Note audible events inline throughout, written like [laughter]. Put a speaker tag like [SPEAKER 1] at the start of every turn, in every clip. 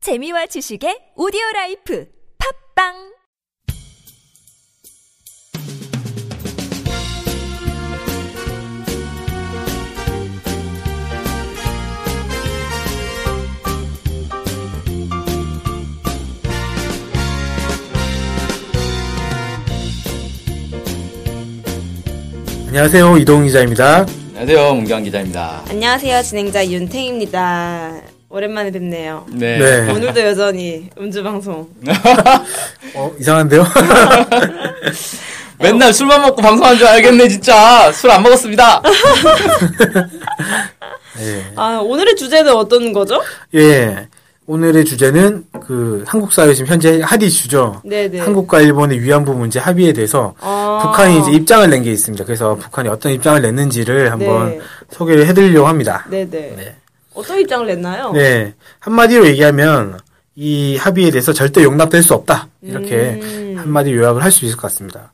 [SPEAKER 1] 재미와 지식의 오디오 라이프 팝빵
[SPEAKER 2] 안녕하세요. 이동 기자입니다.
[SPEAKER 3] 안녕하세요, 문경 기자입니다.
[SPEAKER 4] 안녕하세요. 진행자 윤탱입니다. 오랜만에 뵙네요.
[SPEAKER 3] 네.
[SPEAKER 2] 네.
[SPEAKER 4] 오늘도 여전히 음주 방송.
[SPEAKER 2] 어, 이상한데요? [laughs]
[SPEAKER 3] 맨날 술만 먹고 방송한 줄 알겠네, 진짜. 술 안 먹었습니다.
[SPEAKER 2] 예.
[SPEAKER 4] 아, 오늘의 주제는 어떤 거죠?
[SPEAKER 2] 예. 오늘의 주제는 그 한국 사회 지금 현재 핫 이슈죠.
[SPEAKER 4] 네네.
[SPEAKER 2] 한국과 일본의 위안부 문제 합의에 대해서
[SPEAKER 4] 아.
[SPEAKER 2] 북한이 이제 입장을 낸 게 있습니다. 그래서 북한이 어떤 입장을 냈는지를 한번
[SPEAKER 4] 네.
[SPEAKER 2] 소개를 해드리려고 합니다.
[SPEAKER 4] 네네.
[SPEAKER 2] 네.
[SPEAKER 4] 어떤 입장을 냈나요?
[SPEAKER 2] 네. 한마디로 얘기하면 이 합의에 대해서 절대 용납될 수 없다. 이렇게
[SPEAKER 4] 음.
[SPEAKER 2] 한마디 요약을 할 수 있을 것 같습니다.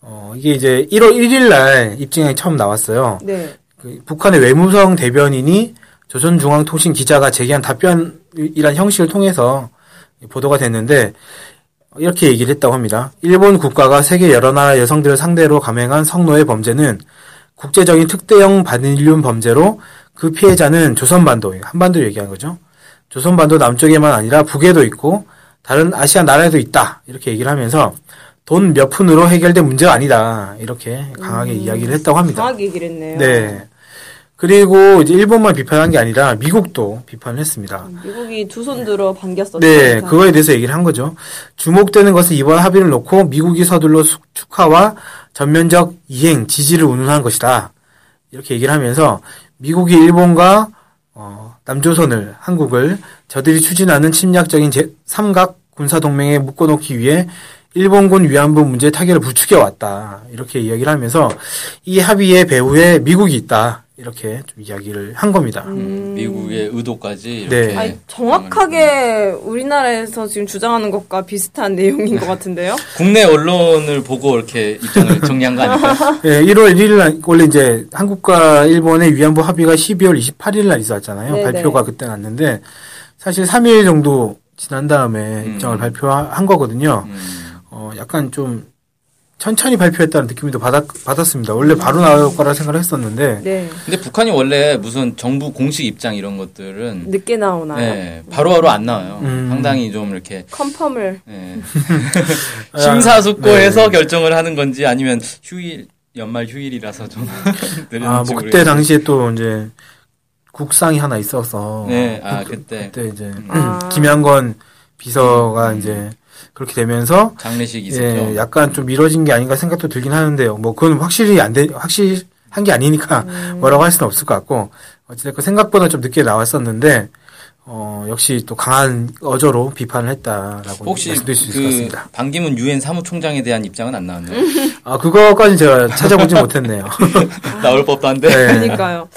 [SPEAKER 2] 어, 이게 이제 1월 1일 날 입증이 처음 나왔어요.
[SPEAKER 4] 네.
[SPEAKER 2] 그 북한의 외무성 대변인이 조선중앙통신 기자가 제기한 답변이란 형식을 통해서 보도가 됐는데 이렇게 얘기를 했다고 합니다. 일본 국가가 세계 여러 나라 여성들을 상대로 감행한 성노예 범죄는 국제적인 특대형 반인륜 범죄로 그 피해자는 조선반도, 한반도 얘기한 거죠. 조선반도 남쪽에만 아니라 북에도 있고 다른 아시아 나라에도 있다. 이렇게 얘기를 하면서 돈 몇 푼으로 해결된 문제가 아니다. 이렇게 음, 강하게 이야기를 했다고 합니다.
[SPEAKER 4] 정확히 얘기를 했네요.
[SPEAKER 2] 네. 그리고 이제 일본만 비판한 게 아니라 미국도 비판을 했습니다.
[SPEAKER 4] 음. 미국이 두 손 들어 반겼었죠. 그러니까.
[SPEAKER 2] 네,
[SPEAKER 4] 항상.
[SPEAKER 2] 그거에 대해서 얘기를 한 거죠. 주목되는 것은 이번 합의를 놓고 미국이 서둘러 수- 축하와 전면적 이행, 지지를 운운한 것이다. 이렇게 얘기를 하면서 미국이 일본과 어, 남조선을, 한국을 저들이 추진하는 침략적인 제, 삼각 군사동맹에 묶어놓기 위해 일본군 위안부 문제 타결을 부추겨왔다. 이렇게 이야기를 하면서 이 합의의 배후에 미국이 있다. 이렇게 좀 이야기를 한 겁니다.
[SPEAKER 4] 음.
[SPEAKER 3] 미국의 의도까지
[SPEAKER 2] 음. 네.
[SPEAKER 3] 이렇게.
[SPEAKER 4] 아니, 정확하게 우리나라에서 지금 주장하는 것과 비슷한 내용인
[SPEAKER 2] [laughs]
[SPEAKER 4] 것 같은데요?
[SPEAKER 3] 국내 언론을 보고 이렇게 입장을 정리한 거 아닐까요?
[SPEAKER 2] [laughs] 예, 1월 1일 날 원래 이제 한국과 일본의 위안부 합의가 12월 28일 날 있었잖아요.
[SPEAKER 4] 네네.
[SPEAKER 2] 발표가 그때 났는데 사실 3일 정도 지난 다음에
[SPEAKER 3] 음.
[SPEAKER 2] 입장을 발표한 거거든요.
[SPEAKER 3] 음,
[SPEAKER 2] 어, 약간 좀 천천히 발표했다는 느낌도 받았, 받았습니다. 원래 바로 나올 거라 생각을 했었는데
[SPEAKER 4] 네.
[SPEAKER 3] 근데 북한이 원래 무슨 정부 공식 입장 이런 것들은
[SPEAKER 4] 늦게 나오나요?
[SPEAKER 3] 네, 바로바로 안 나와요.
[SPEAKER 2] 음.
[SPEAKER 3] 상당히 좀 이렇게
[SPEAKER 4] 컨펌을.
[SPEAKER 2] [laughs]
[SPEAKER 3] 네. 심사숙고해서
[SPEAKER 2] 네.
[SPEAKER 3] 결정을 하는 건지 아니면 휴일 연말 휴일이라서 좀 느렸는지
[SPEAKER 2] 아, 뭐 그때
[SPEAKER 3] 모르겠어요.
[SPEAKER 2] 당시에 또 이제 국상이 하나 있어서
[SPEAKER 3] 네, 아 그때
[SPEAKER 2] 그때 이제
[SPEAKER 4] 아.
[SPEAKER 2] 김양건 비서가 이제 그렇게 되면서
[SPEAKER 3] 장례식 있었죠.
[SPEAKER 2] 예, 약간 좀 미뤄진 게 아닌가 생각도 들긴 하는데요. 뭐 그건 확실히 안 돼, 확실한 게 아니니까 [laughs]
[SPEAKER 3] 음.
[SPEAKER 2] 뭐라고 할 수는 없을 것 같고 어찌됐건 생각보다 좀 늦게 나왔었는데 어 역시 또 강한 어조로 비판을 했다라고 어,
[SPEAKER 3] 혹시
[SPEAKER 2] 말씀드릴 수 있을 것
[SPEAKER 3] 그
[SPEAKER 2] 같습니다.
[SPEAKER 3] 반기문 유엔 사무총장에 대한 입장은 안 나왔나요?
[SPEAKER 4] 음.
[SPEAKER 2] 아 그거까지 제가 찾아보지 못했네요.
[SPEAKER 3] [laughs]
[SPEAKER 2] [laughs]
[SPEAKER 3] 나올 법도 한데.
[SPEAKER 2] 네.
[SPEAKER 4] 그러니까요.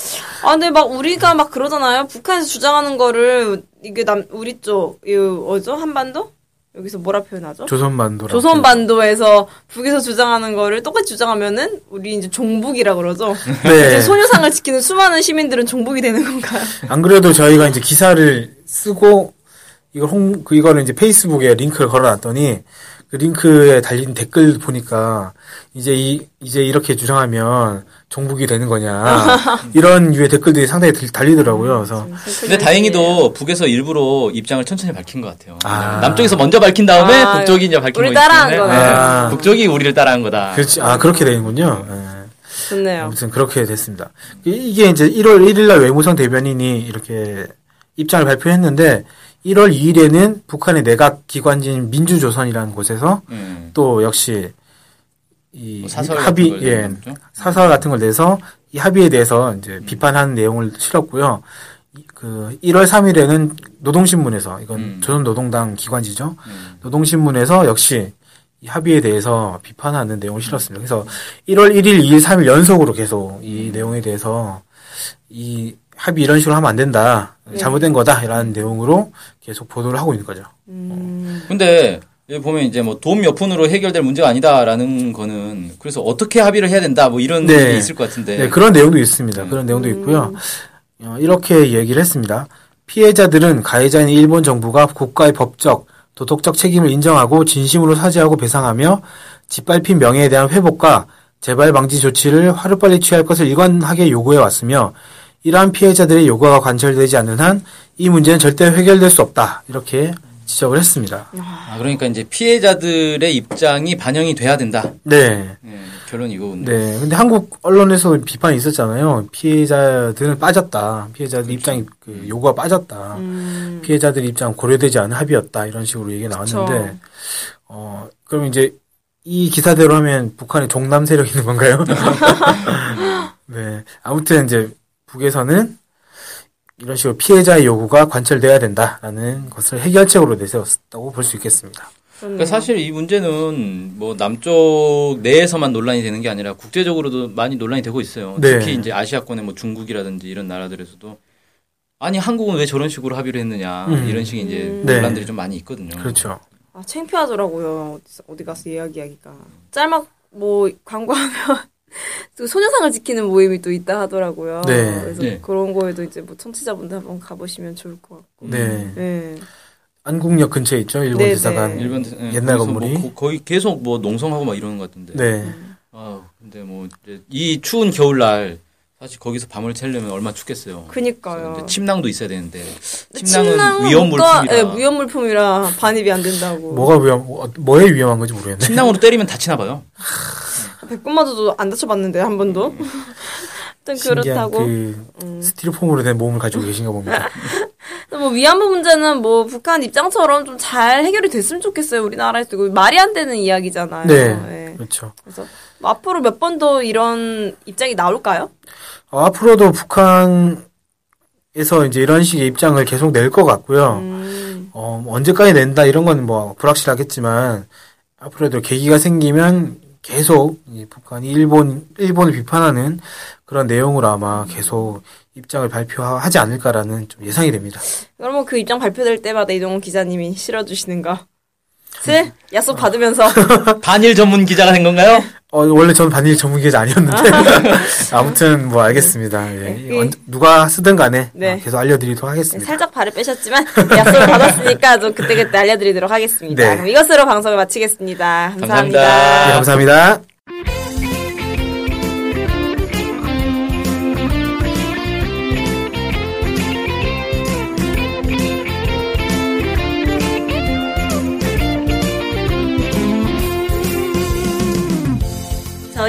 [SPEAKER 4] 아, 근데 막 우리가 막 그러잖아요. 북한에서 주장하는 거를 이게 남 우리 쪽, 이 어죠? 한반도? 여기서 뭐라 표현하죠?
[SPEAKER 2] 조선반도.
[SPEAKER 4] 조선반도에서 북에서 주장하는 거를 똑같이 주장하면은 우리 이제
[SPEAKER 3] [laughs]
[SPEAKER 4] 종북이라 그러죠.
[SPEAKER 2] 네.
[SPEAKER 4] 이제 소녀상을 지키는 수많은 시민들은 종북이 되는 건가요?
[SPEAKER 2] 안 그래도 저희가 이제 기사를 쓰고 이걸 홍, 그 이거를 이제 페이스북에 링크를 걸어놨더니 그 링크에 달린 댓글 보니까 이제 이 이제 이렇게 주장하면 종북이 되는 [laughs] 거냐 이런 유의 댓글들이 상당히 들- 달리더라고요. 그래서
[SPEAKER 3] 근데 다행히도 북에서 일부러 입장을 천천히 밝힌 것 같아요.
[SPEAKER 2] 아.
[SPEAKER 3] 남쪽에서 먼저 밝힌 다음에
[SPEAKER 4] 아,
[SPEAKER 3] 북쪽이 이제 밝힌
[SPEAKER 4] 우리
[SPEAKER 3] 거기
[SPEAKER 4] 따라한
[SPEAKER 3] 때문에
[SPEAKER 4] 거네.
[SPEAKER 2] 아.
[SPEAKER 3] 북쪽이 우리를 따라한 거다.
[SPEAKER 2] 그렇지 아 그렇게 되는군요. 예.
[SPEAKER 4] 좋네요.
[SPEAKER 2] 아무튼 그렇게 됐습니다. 이- 이게 이제 1월 1일날 외무성 대변인이 이렇게 입장을 발표했는데 1월 2일에는 북한의 내각 기관지인 민주조선이라는 곳에서
[SPEAKER 3] 음.
[SPEAKER 2] 또 역시 이
[SPEAKER 3] 뭐 사설 같은
[SPEAKER 2] 합의
[SPEAKER 3] 걸
[SPEAKER 2] 예
[SPEAKER 3] 내는 거죠? 음.
[SPEAKER 2] 사설 같은 걸 내서 이 합의에 대해서 이제 비판하는 내용을 실었고요. 이- 그 1월 3일에는 노동신문에서 이건
[SPEAKER 3] 음.
[SPEAKER 2] 조선 노동당 기관지죠.
[SPEAKER 3] 음.
[SPEAKER 2] 노동신문에서 역시 이 합의에 대해서 비판하는 내용을 실었습니다. 그래서 1월 1일, 2일, 3일 연속으로 계속 이
[SPEAKER 3] 음.
[SPEAKER 2] 내용에 대해서 이 합의 이런 식으로 하면 안 된다.
[SPEAKER 3] 네.
[SPEAKER 2] 잘못된 거다라는 내용으로 계속 보도를 하고 있는 거죠.
[SPEAKER 3] 근데 여기 보면 이제 뭐 돈 몇 푼으로 해결될 문제가 아니다라는 거는 그래서 어떻게 합의를 해야 된다 뭐 이런
[SPEAKER 2] 네.
[SPEAKER 3] 게 있을 것 같은데.
[SPEAKER 2] 네, 그런 내용도 있습니다. 그런 내용도 있고요. 어, 이렇게 얘기를 했습니다. 피해자들은 가해자인 일본 정부가 국가의 법적, 도덕적 책임을 인정하고 진심으로 사죄하고 배상하며 짓밟힌 명예에 대한 회복과 재발 방지 조치를 하루빨리 취할 것을 일관하게 요구해 왔으며 이러한 피해자들의 요구가 관철되지 않는 한 이 문제는 절대 해결될 수 없다 이렇게 지적을 했습니다.
[SPEAKER 3] 아, 그러니까 이제 피해자들의 입장이 반영이 돼야 된다.
[SPEAKER 2] 네.
[SPEAKER 3] 예, 결론 이거군요.
[SPEAKER 2] 네. 근데 한국 언론에서 비판이 있었잖아요. 피해자들은 빠졌다.
[SPEAKER 4] 그렇죠.
[SPEAKER 2] 피해자들 입장이 그 요구가 빠졌다. 피해자들 입장 고려되지 않은 합의였다. 이런 식으로 얘기가 나왔는데
[SPEAKER 4] 음. 그쵸.
[SPEAKER 2] 어, 그럼 이제 이 기사대로 하면 북한의 종남 세력이 있는 건가요? [laughs] 네. 아무튼 이제 북에서는 이런 식으로 피해자의 요구가 관철돼야 된다라는 것을 해결책으로 내세웠다고 볼 수 있겠습니다.
[SPEAKER 3] 그러니까 사실 이 문제는 뭐 남쪽 내에서만 논란이 되는 게 아니라 국제적으로도 많이 논란이 되고 있어요.
[SPEAKER 2] 네.
[SPEAKER 3] 특히 이제 아시아권의 뭐 중국이라든지 이런 나라들에서도 아니 한국은 왜 저런 식으로 합의를 했느냐
[SPEAKER 2] 음.
[SPEAKER 3] 이런 식의 이제
[SPEAKER 2] 네.
[SPEAKER 3] 논란들이 좀 많이 있거든요.
[SPEAKER 2] 그렇죠.
[SPEAKER 4] 아, 창피하더라고요. 어디서- 어디 가서 이야기하기가. 짤막 뭐 광고하면 [laughs] 또 소녀상을 지키는 모임이 또 있다 하더라고요.
[SPEAKER 2] 네.
[SPEAKER 4] 그래서
[SPEAKER 3] 네.
[SPEAKER 4] 그런 거에도 이제 뭐 청취자분들 한번 가보시면 좋을 것 같고.
[SPEAKER 3] 음.
[SPEAKER 2] 네.
[SPEAKER 4] 네.
[SPEAKER 2] 안국역 근처에 있죠. 일본
[SPEAKER 4] 네,
[SPEAKER 2] 대사관.
[SPEAKER 4] 네.
[SPEAKER 3] 일본 예,
[SPEAKER 2] 옛날
[SPEAKER 3] 거기서
[SPEAKER 2] 건물이?
[SPEAKER 3] 뭐 거- 거의 계속 뭐 농성하고 막 이러는 것 같은데.
[SPEAKER 2] 네.
[SPEAKER 3] 아 근데 뭐 이 추운 겨울날 사실 거기서 밤을 새려면 얼마 춥겠어요.
[SPEAKER 4] 그니까요.
[SPEAKER 3] 이제 침낭도 있어야 되는데
[SPEAKER 4] 근데
[SPEAKER 3] 침낭은
[SPEAKER 4] 침낭은
[SPEAKER 3] 위험
[SPEAKER 4] 뭐가-
[SPEAKER 3] 물품이라.
[SPEAKER 4] 네, 위험 물품이라 반입이 안 된다고.
[SPEAKER 2] 뭐가 위험, 어, 뭐에 위험한 건지 모르겠네.
[SPEAKER 3] 침낭으로 때리면 다치나 봐요.
[SPEAKER 4] 백군마저도 안 다쳐봤는데 한
[SPEAKER 3] 음.
[SPEAKER 4] [laughs] 번도. 일단
[SPEAKER 2] 신기한
[SPEAKER 4] [laughs] 그렇다고. 음.
[SPEAKER 2] 그 스티로폼으로 된 몸을 가지고 계신가 봅니다.
[SPEAKER 4] 근데 뭐 위안부 문제는 뭐 북한 입장처럼 좀 잘 해결이 됐으면 좋겠어요. 우리나라에서 이거 말이 안 되는 이야기잖아요.
[SPEAKER 2] 네.
[SPEAKER 4] 예.
[SPEAKER 2] 그렇죠.
[SPEAKER 4] 그래서 뭐 앞으로 몇 번 더 이런 입장이 나올까요?
[SPEAKER 2] 어, 앞으로도 북한에서 이제 이런 식의 입장을 계속 낼 것 같고요.
[SPEAKER 4] 음,
[SPEAKER 2] 어, 뭐 언제까지 낸다 이런 건 뭐 불확실하겠지만 앞으로도 계기가 생기면 계속 이 북한이 일본 일본을 비판하는 그런 내용으로 아마 계속 입장을 발표하지 않을까라는 좀 예상이 됩니다.
[SPEAKER 4] 그러면 그 입장 발표될 때마다 이동훈 기자님이 실어주시는가? 제 약속 받으면서
[SPEAKER 3] 반일 전문 기자가 된 건가요?
[SPEAKER 2] 어, 원래 저는 반일 전문기자
[SPEAKER 4] [laughs]
[SPEAKER 2] 아니었는데 아무튼 뭐 알겠습니다. 예.
[SPEAKER 4] 네.
[SPEAKER 2] 언- 누가 쓰든 간에
[SPEAKER 4] 네.
[SPEAKER 2] 어, 계속 알려드리도록 하겠습니다.
[SPEAKER 4] [laughs] 살짝 발을 빼셨지만 약속을 받았으니까 좀 그때그때 알려드리도록 하겠습니다.
[SPEAKER 2] 네.
[SPEAKER 4] 그럼 이것으로 방송을 마치겠습니다. 감사합니다.
[SPEAKER 3] 감사합니다.
[SPEAKER 2] 네, 감사합니다.